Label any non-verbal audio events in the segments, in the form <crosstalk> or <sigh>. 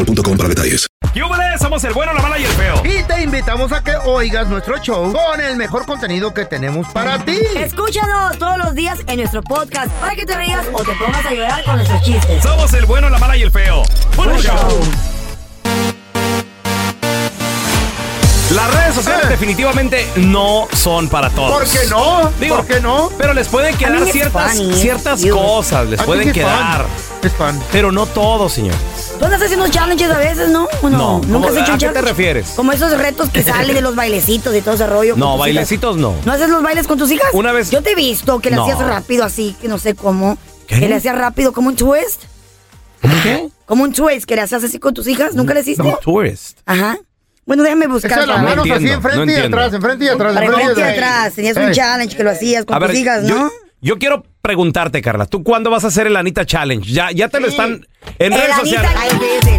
com para detalles. ¡Yúbales! Somos el bueno, la mala y el feo. Y te invitamos a que oigas nuestro show con el mejor contenido que tenemos para ti. Escúchanos todos los días en nuestro podcast para que te rías o te pongas a llorar con nuestros chistes. Somos el bueno, la mala y el feo. ¡Bueno show! Las redes Eh. sociales definitivamente no son para todos. ¿Por qué no? Digo, ¿Por qué no? Pero les pueden quedar mí ¿eh? it's ciertas, funny, it's ciertas cute. cosas, les I pueden think it's quedar. fun. Es fan. Pero no todos, señor. ¿Tú andas haciendo challenges a veces, no? ¿O No, no? ¿cómo- ¿Nunca has hecho a un qué te challenge? refieres? Como esos retos que salen de los bailecitos y todo ese rollo. con No, tus bailecitos hijas. no. ¿No haces los bailes con tus hijas? Una vez- Yo te he visto que le No. hacías rápido así, que no sé cómo. ¿Qué? Que le hacías rápido como un twist. ¿Qué? Como un twist que le hacías así con tus hijas. ¿Nunca le hiciste? No, tourist. Ajá. Bueno, déjame buscar. Esa es la No mano así entiendo, enfrente no y entiendo. atrás, enfrente y atrás, Para enfrente enfrente y atrás. Tenías un Ey. challenge que lo hacías con A ver, tus hijas, yo, Pues ¿no? yo quiero preguntarte, Carla, ¿tú cuándo vas a hacer el Anita Challenge? Ya, ya te lo están en Eh, redes la sociales. Anita, ay, fíjese.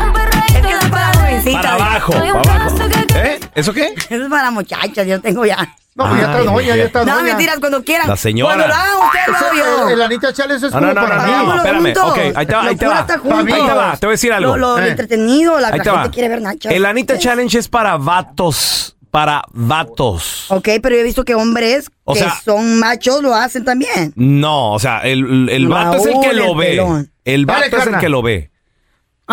Es que eso es para jovencitas. Para abajo, para abajo. ¿Eh? ¿Eso qué? Eso <laughs> es para muchachas, yo tengo ya. No, pues ya estás Ay, doña, ya mujer. estás No, doña. mentiras, cuando quieran. La señora. Cuando lo hagan ustedes, lo hago yo. Eso, eh, el- el Anita Chales es No, como no, no, para no, mí. no, no, Hagámoslo espérame. juntos. Ok, ahí te va, ahí te Locura va. está Ahí te va, juntos. te voy a decir algo. Lo, lo Eh. entretenido, la, Ahí la te gente va. quiere ver Eh, Pues. nachas. El Anita Challenge es para vatos. Para vatos. Ok, pero yo he visto que hombres O que sea- son machos lo hacen también. No, o sea, el, el vato es el que Raúl, lo el ve. pelón. El vato Dale, es el Carla. que lo ve.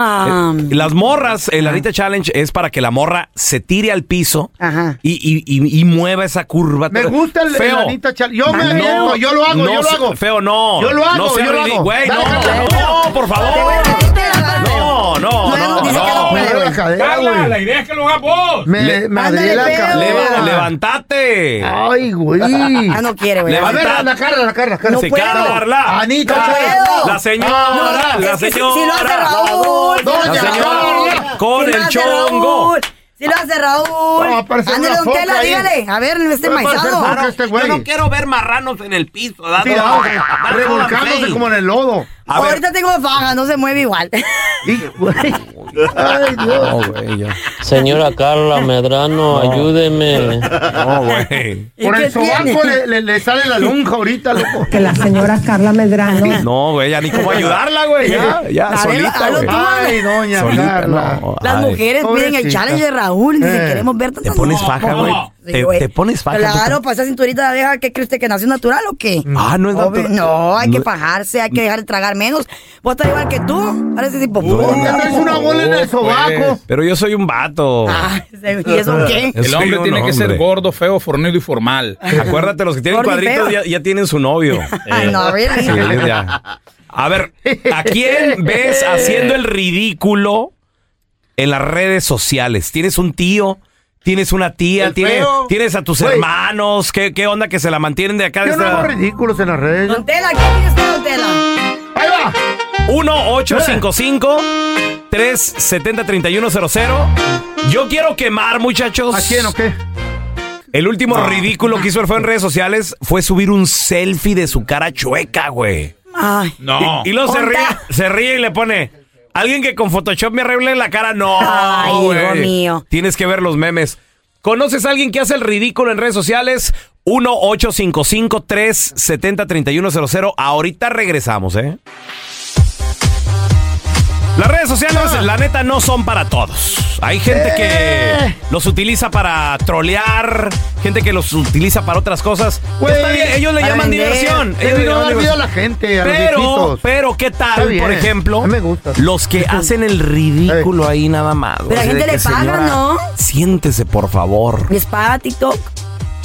Ah, Las morras, el Anita Challenge es para que la morra se tire al piso Ajá. y, y- y- y mueva esa curva. Me gusta el, el Anita Chales. Yo me Ah, No, aviento, yo lo hago, no yo lo se- hago. Feo, no. Yo lo hago, no sea yo lo ridi- hago. Güey, Dale, dale, no, dale. no, por Te voy a favor. decir, te la doy. No, no, Luego no. dice que no. no Me duele la cadera, güey. la idea es que lo hagas vos. Me, Le- me Ándale, pues. duele la feo. cadera. Leva- levantate. Ay, güey. <laughs> Ah, no quiere, güey. A ver, Levanta- la Carla, la Carla, la Carla. No Se puedo. Carla. Anita No Chávez. puedo. La Ah. señora, No, la Es que si- señora. Si, lo hace Raúl. Doña si lo hace Raúl. Con si lo el hace chongo. Raúl, Si lo hace Raúl. No, aparece Ándale, una don foca Tela, ahí. dígale. A ver, este Va a aparecer maizado. foca este güey. quiero ver marranos en el piso. Sí, ah, revolcándose como en el lodo. A ver. Ahorita tengo faja, no se mueve igual. Y, güey. Ay, Dios. No, güey, ya. Señora Carla Medrano, ayúdeme. No, güey. ¿Y Por qué el sobaco tiene? le, le- le sale la lonja ahorita, loco. que la señora Carla Medrano No, güey, ya ni cómo ayudarla, güey. Ya, ya, A ver, solita, hazlo güey. tú, Ay, doña Solita, Carla. no. Las Ay, mujeres piden el pobrecita. challenge de Raúl y dicen, Eh. queremos ver tantas Te pones faja, güey. Sí, Te, güey. te pones faja. Claro, tú para esa cinturita de abeja, ¿qué crees usted, que nació natural o qué? tam- Ah, no es Obvio, natural. no, hay que No- fajarse, hay que dejar de tragar menos. Vos estás igual que tú, pareces no, hipopótamo. ¿Por qué <laughs> traes una bola en el sobaco? pues, Pero yo soy un vato. Ah, ¿Y <laughs> eso qué? Yo El soy hombre un tiene que ser hombre. gordo, feo, fornido y formal. Acuérdate, los que tienen Gordo y feo. cuadritos ya, ya tienen su novio. Eh, Ay, Ah, no, really. Sí, ya. A ver, ¿a quién ves haciendo el ridículo en las redes sociales? ¿Tienes un tío? ¿Tienes una tía? El ¿Tienes, feo. ¿tienes a tus Güey. hermanos? ¿Qué, ¿Qué onda que se la mantienen de acá? Yo no hago De ridículos en las redes. Don Tela, ¿qué tienes tú, Don Tela? 1-855-370-3100. Yo quiero quemar, muchachos. ¿A quién o qué? El último ridículo que hizo el feo en redes sociales fue subir un selfie de su cara chueca, güey. Ay, No. Y luego se Onda. ríe, se ríe y le pone. Alguien que con Photoshop me arregle la cara. No. Ay, hijo güey. mío. Tienes que ver los memes. ¿Conoces a alguien que hace el ridículo en redes sociales? 1-855-370-3100. Ahorita regresamos, ¿eh? Las redes sociales, la neta, no son para todos. Hay gente Eh. que los utiliza para trolear, gente que los utiliza para otras cosas. Está bien, ellos le para llaman vender, diversión. le Ellos le vino a llaman dar vida a diversión. la gente, a los Pero, viejitos. pero, ¿qué Está tal, bien, por ejemplo? a mí me gusta. Los que hacen el ridículo ahí nada más. Pero la así de gente le que, paga, "Señora, ¿no?" Siéntese, por favor. Les paga TikTok.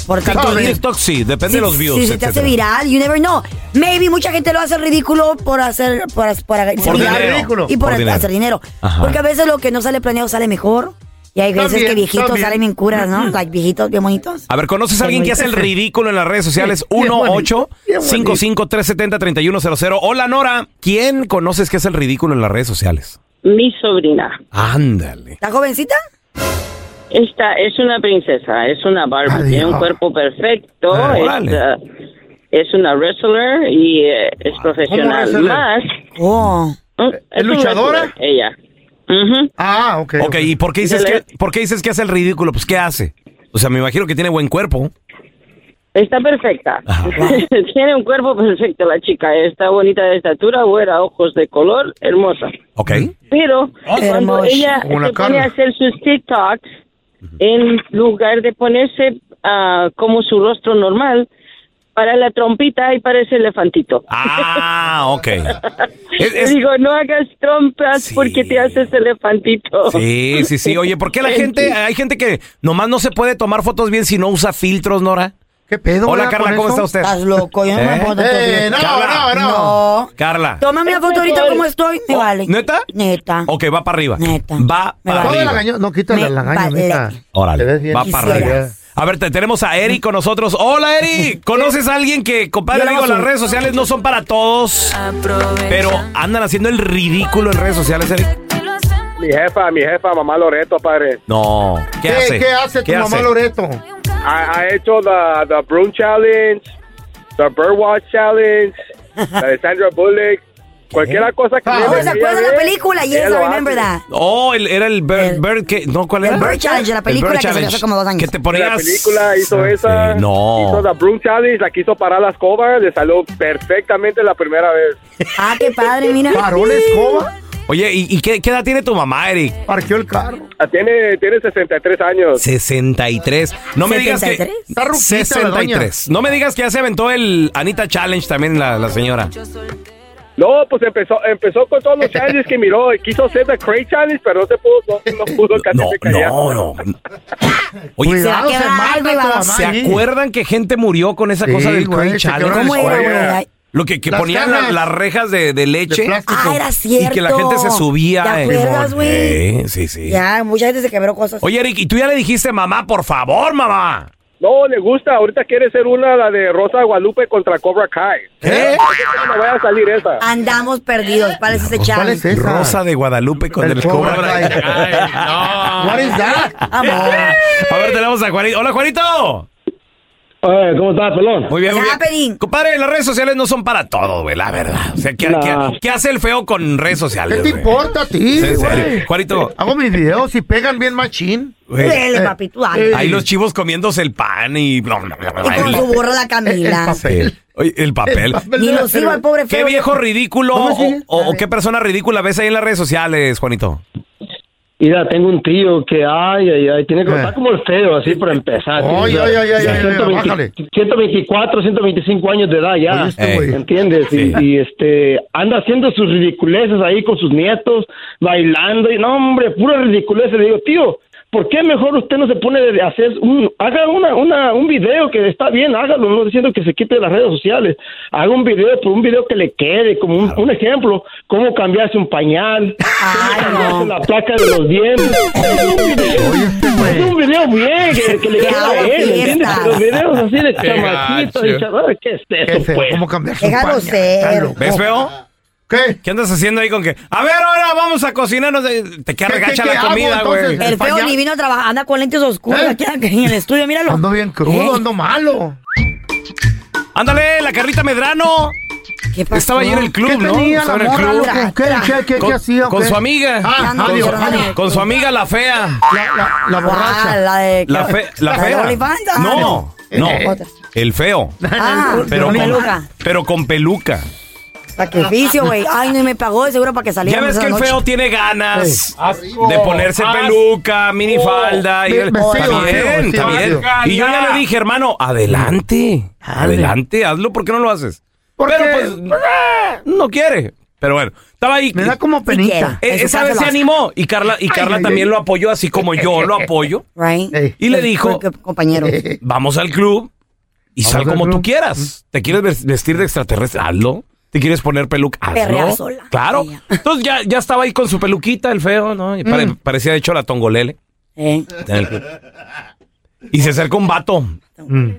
Por TikTok, tanto, TikTok sí, depende si- de los views, Si se te hace etcétera. viral, you never know. Maybe mucha gente lo hace ridículo por hacer. Por, hacer- por hacer Por viral dinero. ridículo. Y por, Por dinero. hacer dinero. Ajá. Porque a veces lo que no sale planeado sale mejor. Y hay veces También, que viejitos también. salen bien curas, ¿no? Like viejitos bien bonitos. A ver, ¿conoces a alguien que hace el ridículo en las redes sociales? Bien bonito, 1 bien 55 370 3100 Hola, Nora. ¿Quién conoces que hace el ridículo en las redes sociales? Mi sobrina, Ándale. ¿La jovencita? esta es una princesa, es una Barbie, Adiós. tiene un cuerpo perfecto, Ah, es, órale. ah, es una wrestler y eh, es profesional. wrestler? Más, Oh. mm, un luchadora? wrestler, ella. Ujú. Ah, ok. Ok, ¿y por qué, dices que, Ándale. por qué dices que hace el ridículo? Pues, ¿qué hace? O sea, me imagino que tiene buen cuerpo. Está perfecta. Ajá. <laughs> tiene un cuerpo perfecto la chica, está bonita de estatura, güera, ojos de color, hermosa. Ok. Pero cuando Hermosa. ella Como la se pone Carla. a hacer sus TikToks, en lugar de ponerse ah, como su rostro normal, para la trompita y parece elefantito. Ah, ok. Es- es- <laughs> Digo, no hagas trompas Sí. porque te haces elefantito. sí, sí, sí. Oye, ¿por qué la gente, hay gente que nomás no se puede tomar fotos bien si no usa filtros, Nora? ¿Qué pedo? Hola, güey, con Carla, ¿cómo eso? está usted? Estás loco, yo no me ¿Eh? puedo Eh, no, no, no. No. Carla. Tómame una foto ahorita como estoy, me Oh, vale. ¿neta? Neta. Ok, va para arriba. Neta. Va Me vale. para Toda la arriba. gaño- No, quítale Me la gaña, vale. neta. Te ves Órale, bien. va para arriba. A ver, te, tenemos a Eric con nosotros. Hola, Eric. <laughs> ¿Conoces a alguien que, compadre, Yo la digo, voy a las subir. redes sociales no son para todos, pero andan haciendo el ridículo en redes sociales, Eric? Mi jefa, mi jefa, mamá Loreto, padre, No. ¿Qué, ¿Qué, hace? ¿Qué hace tu mamá Loreto? ha, ha hecho la the Broom Challenge, the Birdwatch Challenge, la de Sandra Bullock, cualquiera cosa que... Ah, ella Oh, ¿Se ella acuerdan de la ve, película? Yes, ella I lo remember hace. that. Oh, el- era el Bird, El- Bird que- no, ¿cuál el era? Bird Challenge, la El película Bird que salió hace Challenge. como dos años. Que te De ponías... Ah, La película hizo Sí, esa, no. hizo la Broom Challenge, la quiso parar la escoba, le salió perfectamente la primera vez. Ah, qué padre, mira. Paró la escoba, Oye, ¿y, y qué, qué edad tiene tu mamá, Eric? parqueó el carro. Ah, Tiene, tiene 63 años. 63. No me digas que... 73. Está ruquita la 63. No me digas que ya se aventó el Anita Challenge también la, la señora. No, pues empezó, empezó con <laughs> todos los challenges que miró, y quiso hacer the Cray Challenge, pero no se pudo, no, no pudo, casi No, se caía. <laughs> no, no. Oye, Se va a Cuidado, se quedar, mata tu güey, mamá va. ¿Se allí. acuerdan que gente murió con esa Sí, cosa del güey, Cray se quedó Challenge? en ¿Cómo era, Escuela. güey? Ay, Lo que, que Las ponían la- cajas las rejas de, de leche de plástico. Ah, era y cierto. que la gente se subía. ¿Te eh, acuerdas, Simón. güey? Eh, Sí, sí. Ya, mucha gente se quebró cosas. Oye, Eric, ¿y tú ya le dijiste, mamá, por favor, mamá? No, le gusta. Ahorita quiere ser una, la de Rosa Guadalupe contra Cobra Kai. ¿Qué? No vaya a salir esa. Andamos perdidos, ¿cuál es ese Pues, ¿Cuál challenge? es esa? Rosa de Guadalupe con el, El cobra. Cobra Kai. What is that? Vamos. A ver, tenemos a Juanito. Hola, Juanito. Eh, ¿Cómo estás, pelón? Muy bien, muy Ya, Pelín. bien. Compadre, las redes sociales no son para todo, güey, la verdad. O sea, ¿qué, Nah. qué- qué hace el feo con redes sociales? ¿Qué te güey? importa a ti, Sí, en serio. güey? Juanito. Hago mis videos y pegan bien machín. güey, Dele, papi, tú dale. eh, Ahí los chivos comiéndose el pan y... bla, bla, bla, bla, Y con el- su burro la El Camila. papel. Oye, el papel. Ni lo sigo al pobre ¿Qué feo. viejo ridículo ¿Cómo o, sigue? o- o qué persona ridícula ves ahí en las redes sociales, Juanito? Mira, tengo un tío que, ay, ay, ay, tiene que Eh. estar como el feo, así para empezar. Ay, Tiene, ay, ay, ay, ay, ay, 120 bájale. 124, 125 años de edad ya. Oye, este Eh. güey. ¿Entiendes? Y- Sí. Y, este anda haciendo sus ridiculeces ahí con sus nietos, bailando y no hombre, pura ridiculeces. Le digo, tío, ¿por qué mejor usted no se pone de hacer un, haga una, una, un video que está bien, hágalo, no diciendo que se quite de las redes sociales, haga un video, pero un video que le quede, como un, un ejemplo, cómo cambiarse un pañal, <laughs> Ay, cómo cambiarse no. la placa de <laughs> los este dientes. Haz un video bien, que, que le Que quede a haga él, ¿entiendes? fiesta. Pero videos así de Qué chamaquitos gacho. y chaval, ¿qué es ¿Qué eso, feo? pues? ¿Cómo cambiar su Déjalo pañal? ser. Está loco. ¿Ves, feo? ¿Qué? ¿Qué andas haciendo ahí con que? A ver, ahora vamos a cocinarnos. de- Te queda ¿Qué- qué- regacha qué la hago, comida, güey. entonces? El feo España. ni vino a trabajar, anda con lentes oscuros ¿Eh? aquí aquí en el estudio, míralo. ¿Eh? Ando bien crudo, ando malo. ¿Eh? Ándale, la Carlita Medrano. ¿Qué pasó? Estaba ayer el club, ¿Qué ¿no? tenía Estaba la en el morra, club. loco? ¿Qué, qué, qué, Con- qué hacía? o con qué? su amiga. Ah, Ando adiós, con- adiós. Con su amiga la fea. La, la, la borracha. Ah, la de... La, fe- la la de fea. OnlyFans, ah, No, no. no. Eh. El feo. Ah, Pero con con, peluca. pero con peluca. Sacrificio, güey. Ay, no, y me pagó de seguro para que saliera. Ya ves que el feo tiene ganas Asco. Oh, de ponerse ah, Asco. peluca, minifalda. Y Ve- el- vestido, está bien, vestido, está vestido. bien. Y yo ya le dije, hermano, adelante, adelante, hazlo, ¿por qué no lo haces? Pero pues, no quiere. Pero bueno, estaba ahí. Me da como penita. En su esa casa lo vez Eh, hace. se animó y Carla, y Carla ay, también ay. lo apoyó, así como yo lo apoyo. Right. Y le dijo, compañero. vamos al club y sal como tú quieras. ¿Te quieres ves- vestir de extraterrestre? Hazlo. ¿Te quieres poner peluca? Perrea Hazlo. sola. Claro. Entonces ya, ya estaba ahí con su peluquita, el feo, ¿no? Y pare- Mm. parecía de hecho la tongolele. En el club. Y se acerca un vato. Mm.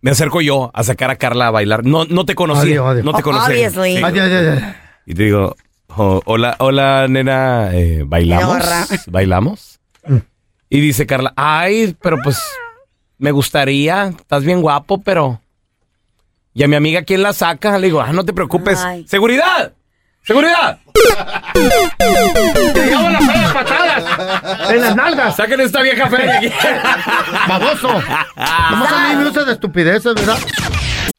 Me acerco yo a sacar a Carla a bailar. No, no te conocía. Adiós, adiós. No te conocía. Obviously. Sí. Ay, ay, ay, ay. Y te digo, "Oh, hola, hola, nena, eh, ¿bailamos? ¿Bailamos? Mm. Y dice Carla, ay, pero pues me gustaría, estás bien guapo, pero... Y a mi amiga, ¿quién la saca? Le digo, ah, no te preocupes. Ay. ¡Seguridad! ¡Seguridad! ¡Te llevo las feas patadas! En las nalgas. ¡Saquen esta vieja fea de aquí! <laughs> ¡Baboso! <laughs> Nomás a mí me usas de estupideces, ¿verdad?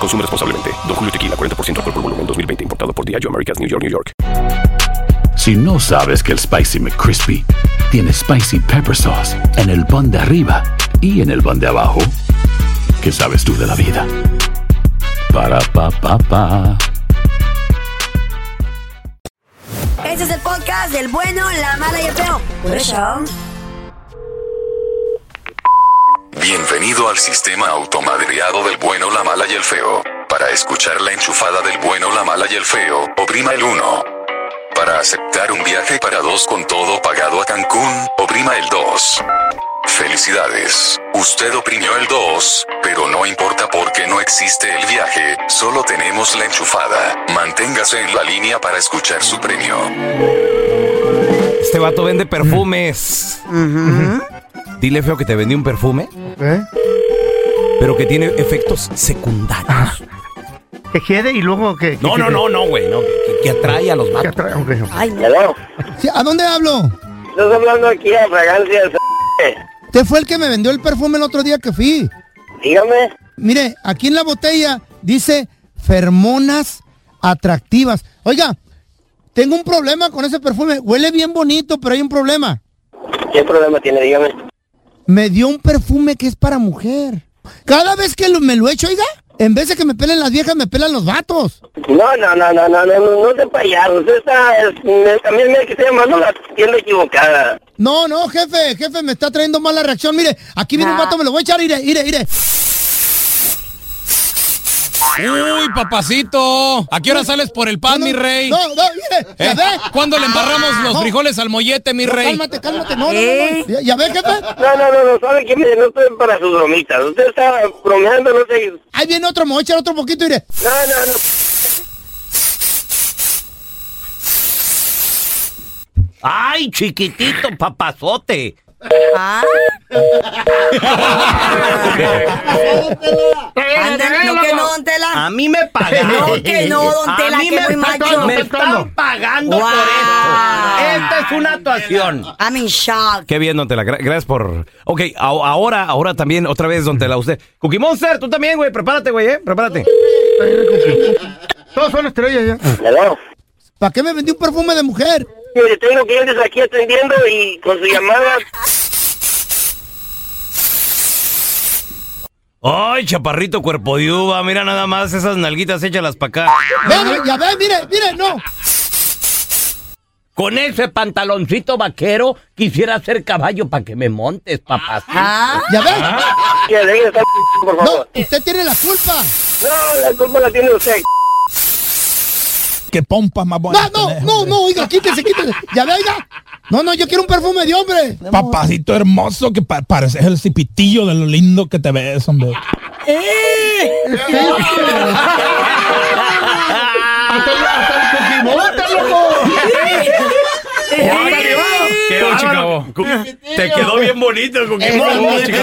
Consume responsablemente. Don Julio Tequila, 40% alcohol por volumen, 2020. Importado por Diageo Americas, New York, New York. Si no sabes que el Spicy McCrispy tiene Spicy Pepper Sauce en el pan de arriba y en el pan de abajo, ¿qué sabes tú de la vida? Para, pa, pa, pa. Ese es el podcast del bueno, la mala y el feo. Por <laughs> eso. Bienvenido al sistema automadriado del bueno, la mala y el feo. Para escuchar la enchufada del bueno, la mala y el feo, oprima el 1. Para aceptar un viaje para dos con todo pagado a Cancún, oprima el 2. Felicidades, usted oprimió el 2, pero no importa porque no existe el viaje, solo tenemos la enchufada. Manténgase en la línea para escuchar su premio. Este vato vende perfumes. Dile feo que te vendí un perfume, ¿Eh? pero que tiene efectos secundarios. Que quede Ah. y luego que. No, no, no, no, güey. No, que, que atrae a los vatos. ¿A dónde hablo? Estás hablando aquí a fragancias. Usted fue el que me vendió el perfume el otro día que fui. Dígame. Mire, aquí en la botella dice fermonas atractivas. Oiga, tengo un problema con ese perfume. Huele bien bonito, pero hay un problema. ¿Qué problema tiene? Dígame. Me dio un perfume que es para mujer. Cada vez que lo- me lo echo, oiga, en vez de que me pelen las viejas, me pelan los vatos. No, no, no, no, no, no, no, no te payado. Usted está, es- me- también me está llamando la tienda equivocada. No, no, jefe, jefe, me está trayendo mala reacción. Mire, aquí viene un vato, me lo voy a echar, ire, ire, ire. Uy, papacito. ¿A qué hora sales por el pan, mi rey? No, no, mire, ya ¿Eh? ve. Ah, ¿Cuándo le embarramos los No. frijoles al mollete, mi No, rey? Cálmate, cálmate, no, no, no, Eh. no. ¿Ya, ya ve, jefe? No, no, no, no, sabe que mire, no estoy para sus bromitas. Usted está bromeando, no sé. Ahí viene otro, me voy a echar otro poquito, mire. No, no, no. ¡Ay, chiquitito, papazote! Ah. Ándale, no que no, don Tela. A <laughs> mí me pagaron. No que no, don Tela, que muy macho. pagando Wow. Esta es una actuación. I'm in shock. Qué bien, don Tela. Gra- Gracias por. Ok, a- ahora, ahora también, otra vez, don Tela. Usted. Cookie Monster, tú también, güey. Prepárate, güey, eh. Prepárate. Todos son estrellas ya. ¿Para qué me vendí un perfume de mujer? Mire, tengo clientes aquí atendiendo y con su llamada. Ay, chaparrito cuerpo de uva. Mira nada más esas nalguitas, échalas para acá. Ve, ve, ya ve, mire, mire, no. Con ese pantaloncito vaquero quisiera ser caballo para que me montes, papacito. ¿Ya ves? Que deje de estar, por favor. Usted tiene la culpa. No, la culpa la tiene usted. Qué pompas más No, buenas. no, tenés, no, no, oiga, quítese, quítese. Ya ve, oiga. No, no, yo quiero un perfume de hombre. Papacito hermoso, que pa- pareces el cipitillo de lo lindo que te ves, hombre. Eh. Eh. Te quedó bien bonito el Pokémon, chico.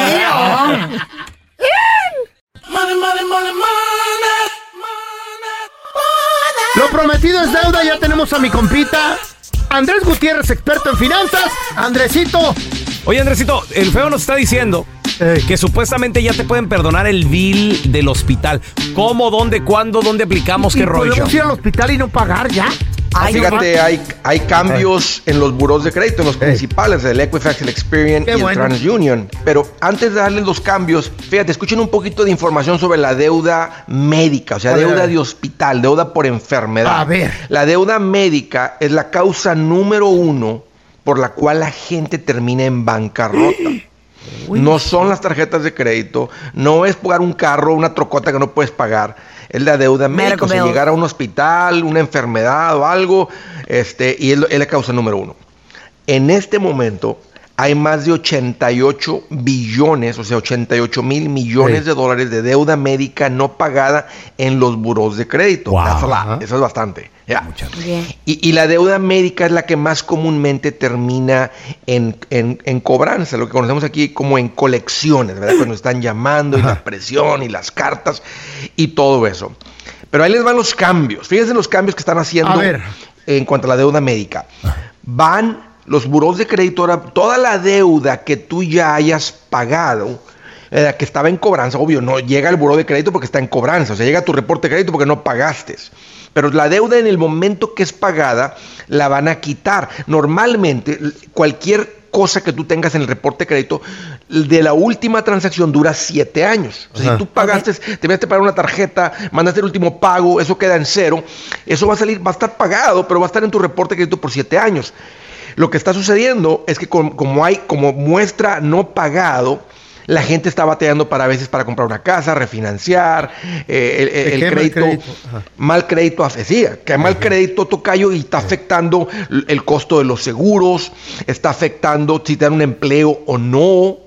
Lo prometido es deuda, ya tenemos a mi compita. Andrés Gutiérrez, experto en finanzas. Andresito, Oye, Andresito, el feo nos está diciendo que supuestamente ya te pueden perdonar el bill del hospital. ¿Cómo, dónde, cuándo, dónde aplicamos, ¿y qué rollo? podemos ir al hospital y no pagar ya? Ay, no Fíjate, ma- hay, hay cambios en los buros de crédito, en los principales, el Equifax, el Experian Qué y el bueno. TransUnion. Pero antes de darles los cambios, fíjate, escuchen un poquito de información sobre la deuda médica, o sea, A ver, a deuda ver. de hospital, deuda por enfermedad. A ver. La deuda médica es la causa número uno por la cual la gente termina en bancarrota. No son las tarjetas de crédito, no es pagar un carro, una trocota que no puedes pagar. Es la deuda médica, o sea, bills. llegar a un hospital, una enfermedad o algo, este, y es, lo- es la causa número uno. En este momento hay más de 88 billones, o sea, 88 mil millones Sí. de dólares de deuda médica no pagada en los buros de crédito. That's a lot. Eso es bastante. Ya. Y, y la deuda médica es la que más comúnmente termina en, en- en cobranza, lo que conocemos aquí como en colecciones, ¿verdad? Cuando están llamando y la presión y las cartas y todo eso. Pero ahí les van los cambios. Fíjense los cambios que están haciendo A ver. Ah. en cuanto a la deuda médica. Van los buros de crédito, ahora, toda la deuda que tú ya hayas pagado, eh, la que estaba en cobranza, obvio, no llega al buró de crédito porque está en cobranza, o sea, llega tu reporte de crédito porque no pagaste. Pero la deuda en el momento que es pagada la van a quitar. Normalmente, l- cualquier cosa que tú tengas en el reporte de crédito, l- de la última transacción dura siete años. O sea, si Pues, tú pagaste, te vas a pagar una tarjeta, mandaste el último pago, eso queda en cero, eso va a salir, va a estar pagado, pero va a estar en tu reporte de crédito por siete años. Lo que está sucediendo es que com- como hay como muestra no pagado, la gente está bateando para a veces para comprar una casa, refinanciar, eh, el- Se el, quema el crédito, crédito. Ajá. mal crédito, hace- sí, que mal crédito tocayo y está afectando l- el costo de los seguros, está afectando si te dan un empleo o no.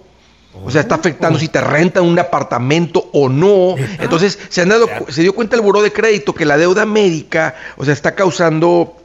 O sea, está afectando Oh. si te rentan un apartamento o no. Entonces, se han dado, cu- se dio cuenta el buró de crédito que la deuda médica, o sea, está causando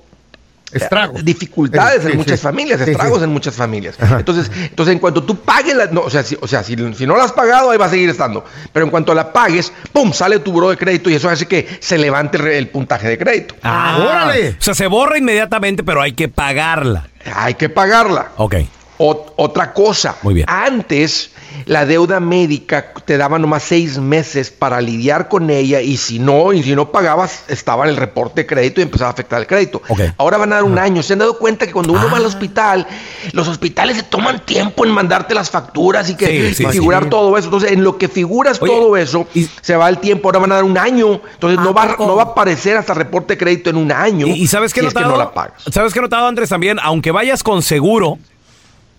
eh, Estragos. dificultades Sí, en sí, muchas sí. familias, Sí, sí. estragos en muchas familias. Entonces, entonces en cuanto tú pagues la, no, o sea, si, o sea, si, si no la has pagado, ahí va a seguir estando. Pero en cuanto la pagues, pum, sale tu buro de crédito y eso hace que se levante el, re- el puntaje de crédito. Ah, O sea, se borra inmediatamente, pero hay que pagarla. Hay que pagarla. Ok. Ot- otra cosa. Muy bien. Antes, la deuda médica te daba nomás seis meses para lidiar con ella y si no, y si no pagabas, estaba en el reporte de crédito y empezaba a afectar el crédito. Ahora van a dar un año. Se han dado cuenta que cuando uno Ah. va al hospital, los hospitales se toman tiempo en mandarte las facturas y que Sí, sí, figurar sí. todo eso. Entonces, en lo que figuras todo eso, se va el tiempo. Ahora van a dar un año. Entonces, no va, no va a aparecer hasta reporte de crédito en un año. Y, y sabes qué he si es que notado. no la pagas. ¿Sabes qué he notado, Andrés? También, aunque vayas con seguro,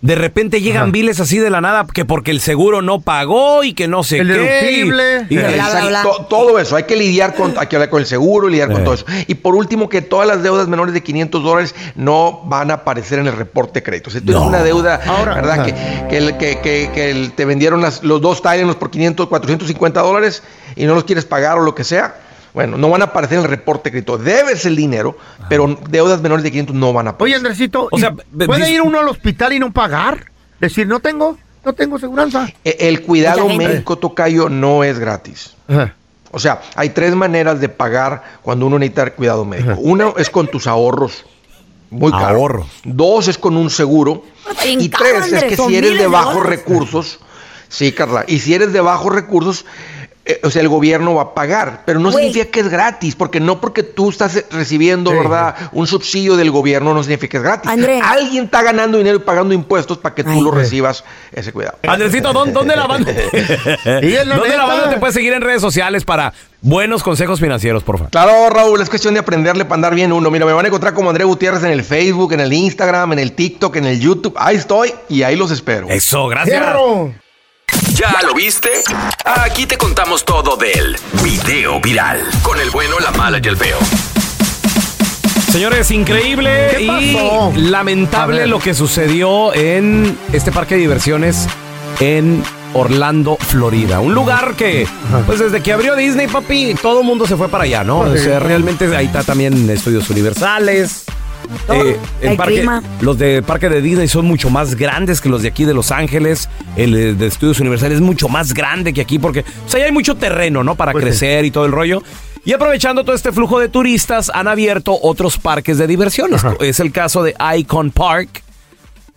de repente llegan biles así de la nada, que porque el seguro no pagó y que no sé El qué. deductible. Y- y- Exacto, to- Todo eso, hay que lidiar con, hay que hablar con el seguro, lidiar con todo eso. Y por último, que todas las deudas menores de 500 dólares no van a aparecer en el reporte de crédito. Si tú tienes una deuda, ¿verdad? Que, que el- que- que- que el- te vendieron las- los dos Tylenos por 500, 450 dólares y no los quieres pagar o lo que sea. Bueno, no van a aparecer en el reporte de crédito. Debes el dinero, pero deudas menores de 500 no van a Oye, aparecer. Andresito, O ¿y sea, ¿puede dis- ir uno al hospital y no pagar? Decir, no tengo, no tengo seguranza. E- El cuidado Mucha gente. médico tocayo no es gratis. O sea, hay tres maneras de pagar cuando uno necesita cuidado médico. Una es con tus ahorros. Muy caro. Dos es con un seguro. bien Y caro, tres es Andrés, que son si eres miles de de bajos dólares. recursos. Sí, Carla. Y si eres de bajos recursos, eh, o sea, el gobierno va a pagar, pero no Güey. significa que es gratis, porque no porque tú estás eh, recibiendo, Sí. ¿verdad? Un subsidio del gobierno no significa que es gratis. Andrés. Alguien está ganando dinero y pagando impuestos para que tú lo recibas ese cuidado. Andresito, ¿dónde, dónde la <laughs> banda? ¿Dónde la banda te puede seguir en redes sociales para buenos consejos financieros, por favor? Claro, Raúl, es cuestión de aprenderle para andar bien uno. Mira, me van a encontrar como André Gutiérrez en el Facebook, en el Instagram, en el TikTok, en el YouTube. Ahí estoy y ahí los espero. Eso, ¿Ya lo viste? Aquí te contamos todo del video viral. Con el bueno, la mala y el feo. Señores, increíble y lamentable lo que sucedió en este parque de diversiones en Orlando, Florida. Un lugar que, pues desde que abrió Disney, papi, todo el mundo se fue para allá, ¿no? O Sí. sea, realmente ahí está también Estudios Universales. Eh, el El parque- clima. los de parque de Disney son mucho más grandes que los de aquí de Los Ángeles. El eh, de Estudios Universales es mucho más grande que aquí porque o sea, ya hay mucho terreno, ¿no? Para crecer y todo el rollo. Y aprovechando todo este flujo de turistas, han abierto otros parques de diversiones. Es el caso de Icon Park.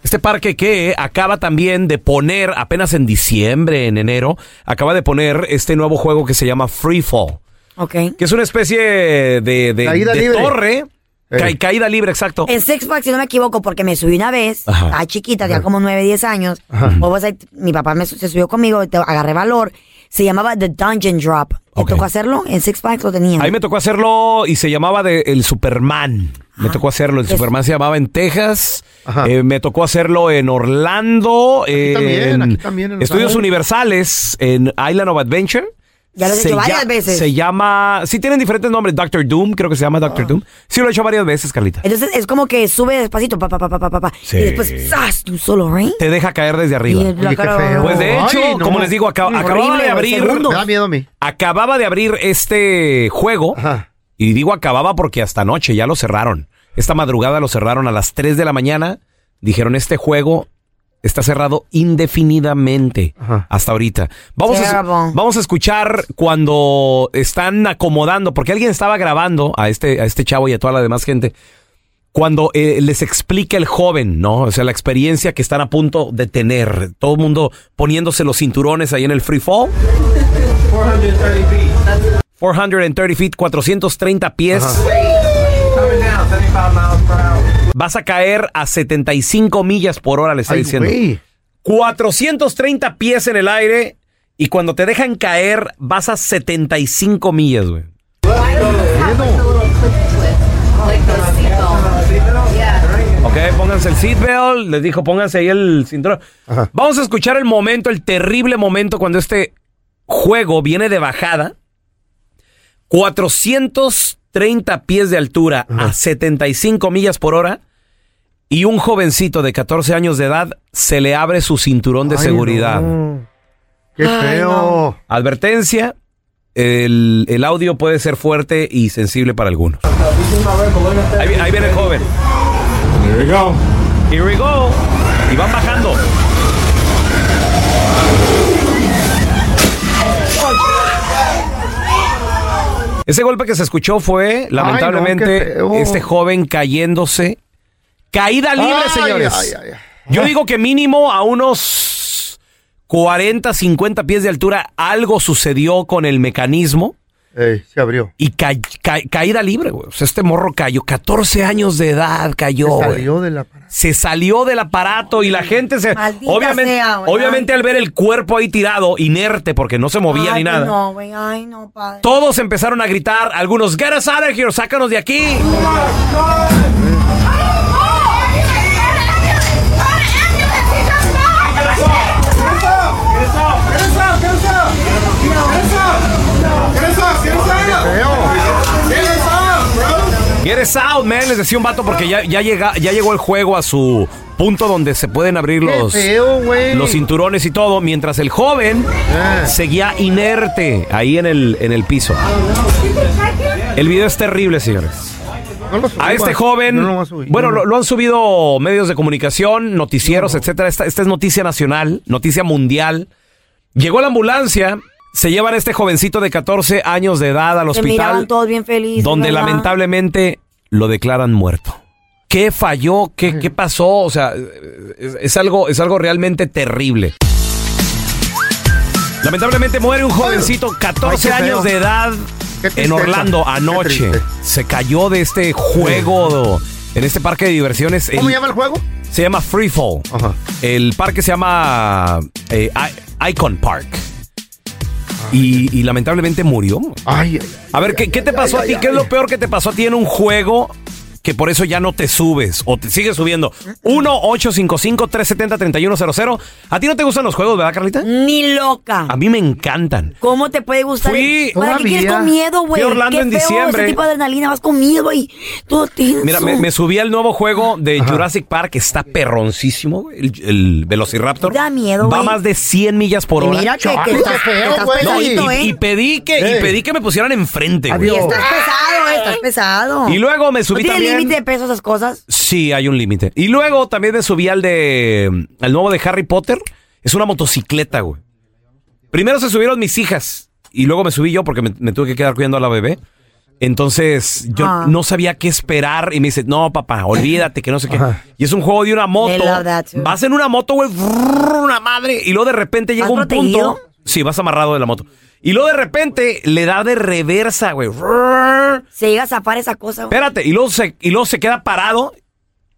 Este parque que acaba también de poner, apenas en diciembre, en enero, acaba de poner este nuevo juego que se llama Free Fall. Ok. Que es una especie de, de- Caída de libre. torre. ¿Eh? Ca- caída libre, exacto. En Six Flags, si no me equivoco, porque me subí una vez, Ajá. estaba chiquita, tenía como 9, 10 años. O sea, mi papá me, su- se subió conmigo, te- agarré valor. Se llamaba The Dungeon Drop. ¿Te tocó hacerlo? En Six Flags lo tenía. Ahí me tocó hacerlo y se llamaba de El Superman. Me tocó hacerlo. El Ah. Es- Superman se llamaba en Texas. Eh, me tocó hacerlo en Orlando. eh, también, aquí en también en Los Estudios Ángeles. Universales, en Island of Adventure. Ya lo he hecho varias ya- veces. Se llama. Sí, tienen diferentes nombres. Doctor Doom, creo que se llama Ah. Doctor Doom. Sí, lo he hecho varias veces, Carlita. Entonces es como que sube despacito, pa, pa, pa, pa, pa, pa, pa, Sí. Y después, ¡zas! De un solo, ¿right? Te deja caer desde arriba. Y el Oye, qué cara- feo. Pues de hecho, Ay, no. como les digo, acá- Horrible, acababa güey, de abrir. segundos. Me da miedo a mí. Acababa de abrir este juego. Y digo acababa porque hasta noche ya lo cerraron. Esta madrugada lo cerraron a las 3 de la mañana. Dijeron, este juego está cerrado indefinidamente hasta ahorita. Vamos a, Terrible. vamos a escuchar cuando están acomodando, porque alguien estaba grabando a este, a este chavo y a toda la demás gente cuando eh, les explica el joven, ¿no? O sea, la experiencia que están a punto de tener. Todo el mundo poniéndose los cinturones ahí en el free fall. 430 feet. 430 feet, 430 pies. Coming down, 75 miles per hour. Vas a caer a 75 millas por hora, le está Ay, diciendo. güey. 430 pies en el aire y cuando te dejan caer vas a 75 millas, güey. Ok, pónganse el seatbelt. Les dijo, pónganse ahí el cinturón. Vamos a escuchar el momento, el terrible momento cuando este juego viene de bajada. 430 pies de altura a 75 millas por hora. Y un jovencito de 14 años de edad se le abre su cinturón de seguridad. ¡Qué feo! Advertencia. El, el audio puede ser fuerte y sensible para algunos. Ahí, vi- ahí viene el joven. Here we go. Here we go. Y van bajando. Ese golpe que se escuchó fue, lamentablemente, no, qué feo. este joven cayéndose. Caída libre, Ay, señores. ay, ay, ay. Yo digo que mínimo a unos 40, 50 pies de altura algo sucedió con el mecanismo. se abrió. Y ca- ca- caída libre, güey. O sea, este morro cayó. 14 años de edad cayó, Se güey. salió del aparato. Se salió del aparato y la gente se... Maldita Obviamente, sea, güey. obviamente al ver el cuerpo ahí tirado, inerte, porque no se movía Ay, ni pues nada. No, güey, ay, no, padre. Todos empezaron a gritar, algunos, get us out of here, sácanos de aquí. Get us out, man, les decía un vato porque ya, ya, llega, ya llegó el juego a su punto donde se pueden abrir los, feo, güey. Ah. los cinturones y todo, mientras el joven seguía inerte ahí en el, en el piso. El video es terrible, señores. A este joven, bueno, lo, lo han subido medios de comunicación, noticieros, etcétera. Esta, esta es noticia nacional, noticia mundial. Llegó la ambulancia, se llevan a este jovencito de 14 años de edad al Se miraban hospital, todos bien felices. donde ¿verdad? lamentablemente lo declaran muerto. ¿Qué falló? ¿Qué, qué pasó? O sea, es, es algo, es algo realmente terrible. Lamentablemente muere un jovencito, 14 Ay, qué feo. años de edad, Qué tristeza. en Orlando anoche. Qué triste. Se cayó de este juego, en este parque de diversiones. ¿Cómo llama el juego? Se llama Free Fall. El parque se llama eh, I- Icon Park. Y, y lamentablemente murió. a ver, ¿qué, qué te pasó a ti? ¿Qué es lo peor que te pasó a ti en un juego que por eso ya no te subes o te sigues subiendo? 1-855-370-3100. ¿A ti no te gustan los juegos, verdad, Carlita? Ni loca. A mí me encantan. ¿Cómo te puede gustar? Fui- ¿Para qué quieres Todavía. con miedo, güey? Fui a Orlando Qué en feo diciembre. Ese tipo de adrenalina, vas con miedo ahí. Todo tenso. Mira, me, me subí al nuevo juego de Jurassic Park, está perroncísimo, güey, el, el Velociraptor. Da miedo, Va güey. más de 100 millas por Y hora. mira que- que Chale, estás- qué feo, que estás güey. pesadito, y, ¿eh? y pedí que, y Ey. pedí que me pusieran enfrente, güey. Y estás pesado, eh, estás pesado. Y luego me subí ¿No tiene también- límite de peso esas cosas? Sí, hay un límite. Y luego también me subí al de mm, al nuevo de Harry Potter. Es una motocicleta, güey. Primero se subieron mis hijas y luego me subí yo porque me, me tuve que quedar cuidando a la bebé. Entonces yo Ah. no sabía qué esperar y me dice, no, papá, olvídate que no sé qué. Y es un juego de una moto. love that too. Vas en una moto, güey, brrr, una madre. Y luego de repente llega ¿Vas un protegido? punto. Sí, vas amarrado de la moto. Y luego de repente le da de reversa, güey. Se llega a zafar esa cosa, güey. Espérate, y luego, se, y luego se queda parado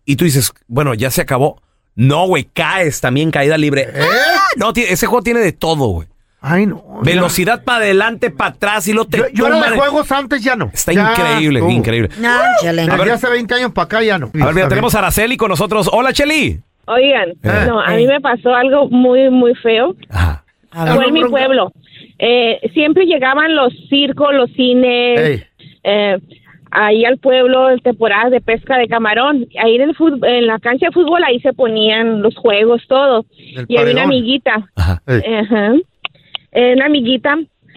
y tú dices, bueno, ya se acabó. No, güey, caes también, caída libre. Ah, No, ti- ese juego tiene de todo, güey. ¿Eh? Ay, no. Velocidad para adelante, para atrás y lo te Yo, yo era tumban. de juegos antes, ya no. Está Ya increíble, estuvo. increíble. Desde A ver, hace 20 años para acá ya no. A ver, mira, tenemos a Araceli con nosotros. Hola, Cheli. Oigan, Eh. no, a mí me pasó algo muy, muy feo. ver. Fue en mi pueblo. Eh, siempre llegaban los circos, los cines, eh, ahí al pueblo en temporadas de pesca de camarón. Ahí en, el fut- en la cancha de fútbol, ahí se ponían los juegos, todo. El y había paredón. una amiguita. Ey. Ajá. Eh, una amiguita.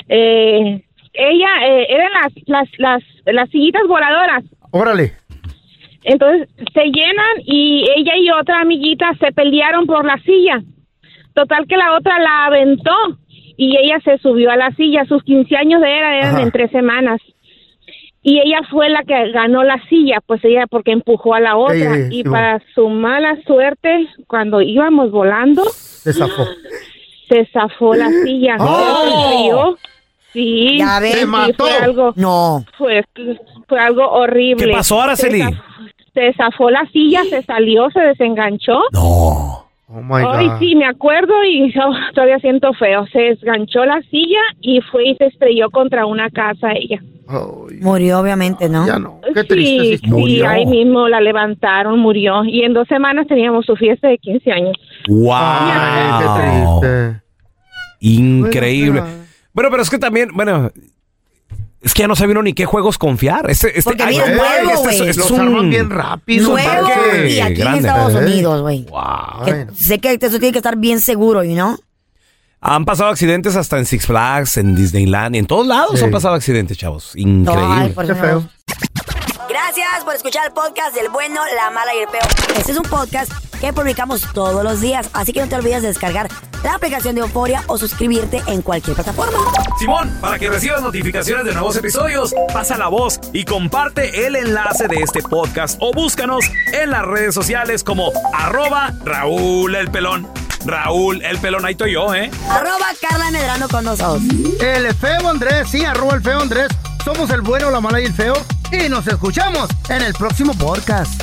eh, ella, eh, eran las, las, las, las sillitas voladoras. Órale. Entonces se llenan y ella y otra amiguita se pelearon por la silla. Total que la otra la aventó y ella se subió a la silla. Sus 15 años de edad eran Ajá. en tres semanas. Y ella fue la que ganó la silla, pues ella porque empujó a la otra. Ey, ey, y sí, para su mala suerte, cuando íbamos volando, Desafó. se zafó la silla. ¡Oh! Se cayó. Sí, Ya ves. sí, Te mató. Fue algo, no. Fue, fue algo horrible. ¿Qué pasó, Araceli? Se zaf- Se zafó la silla, se salió, se desenganchó. Oh my Ay, God. sí, me acuerdo y <laughs> yo todavía siento feo. Se desganchó la silla y fue y se estrelló contra una casa ella. Murió, obviamente, ¿no? Ya no. sí, sí, ahí mismo la levantaron, murió. Y en dos semanas teníamos su fiesta de 15 años. ¡Wow! Increíble. Bueno, pero es que también, bueno, es que ya no sabe uno ni qué juegos confiar. Este, este, Porque ay, viene un güey, juego, este es- güey. este es Los arman bien rápido. un Juego parque y aquí en grande. ¿eh? Estados Unidos, güey. Wow. Que Sé que eso tiene que estar bien seguro, ¿y no? Han pasado accidentes hasta en Six Flags, en Disneyland, en todos lados han pasado accidentes, chavos. Increíble. Ay, por eso no me gusta. Gracias por escuchar el podcast del bueno, la mala y el peor. Este es un podcast que publicamos todos los días, así que no te olvides de descargar la aplicación de Euforia o suscribirte en cualquier plataforma. Simón, para que recibas notificaciones de nuevos episodios, pasa la voz y comparte el enlace de este podcast o búscanos en las redes sociales como arroba Raúl el Pelón. Raúl el Pelón, ahí estoy yo, ¿eh? Arroba Carla Medrano con nosotros. El feo Andrés, sí, arroba el feo Andrés. Somos el bueno, la mala y el feo. Y nos escuchamos en el próximo podcast.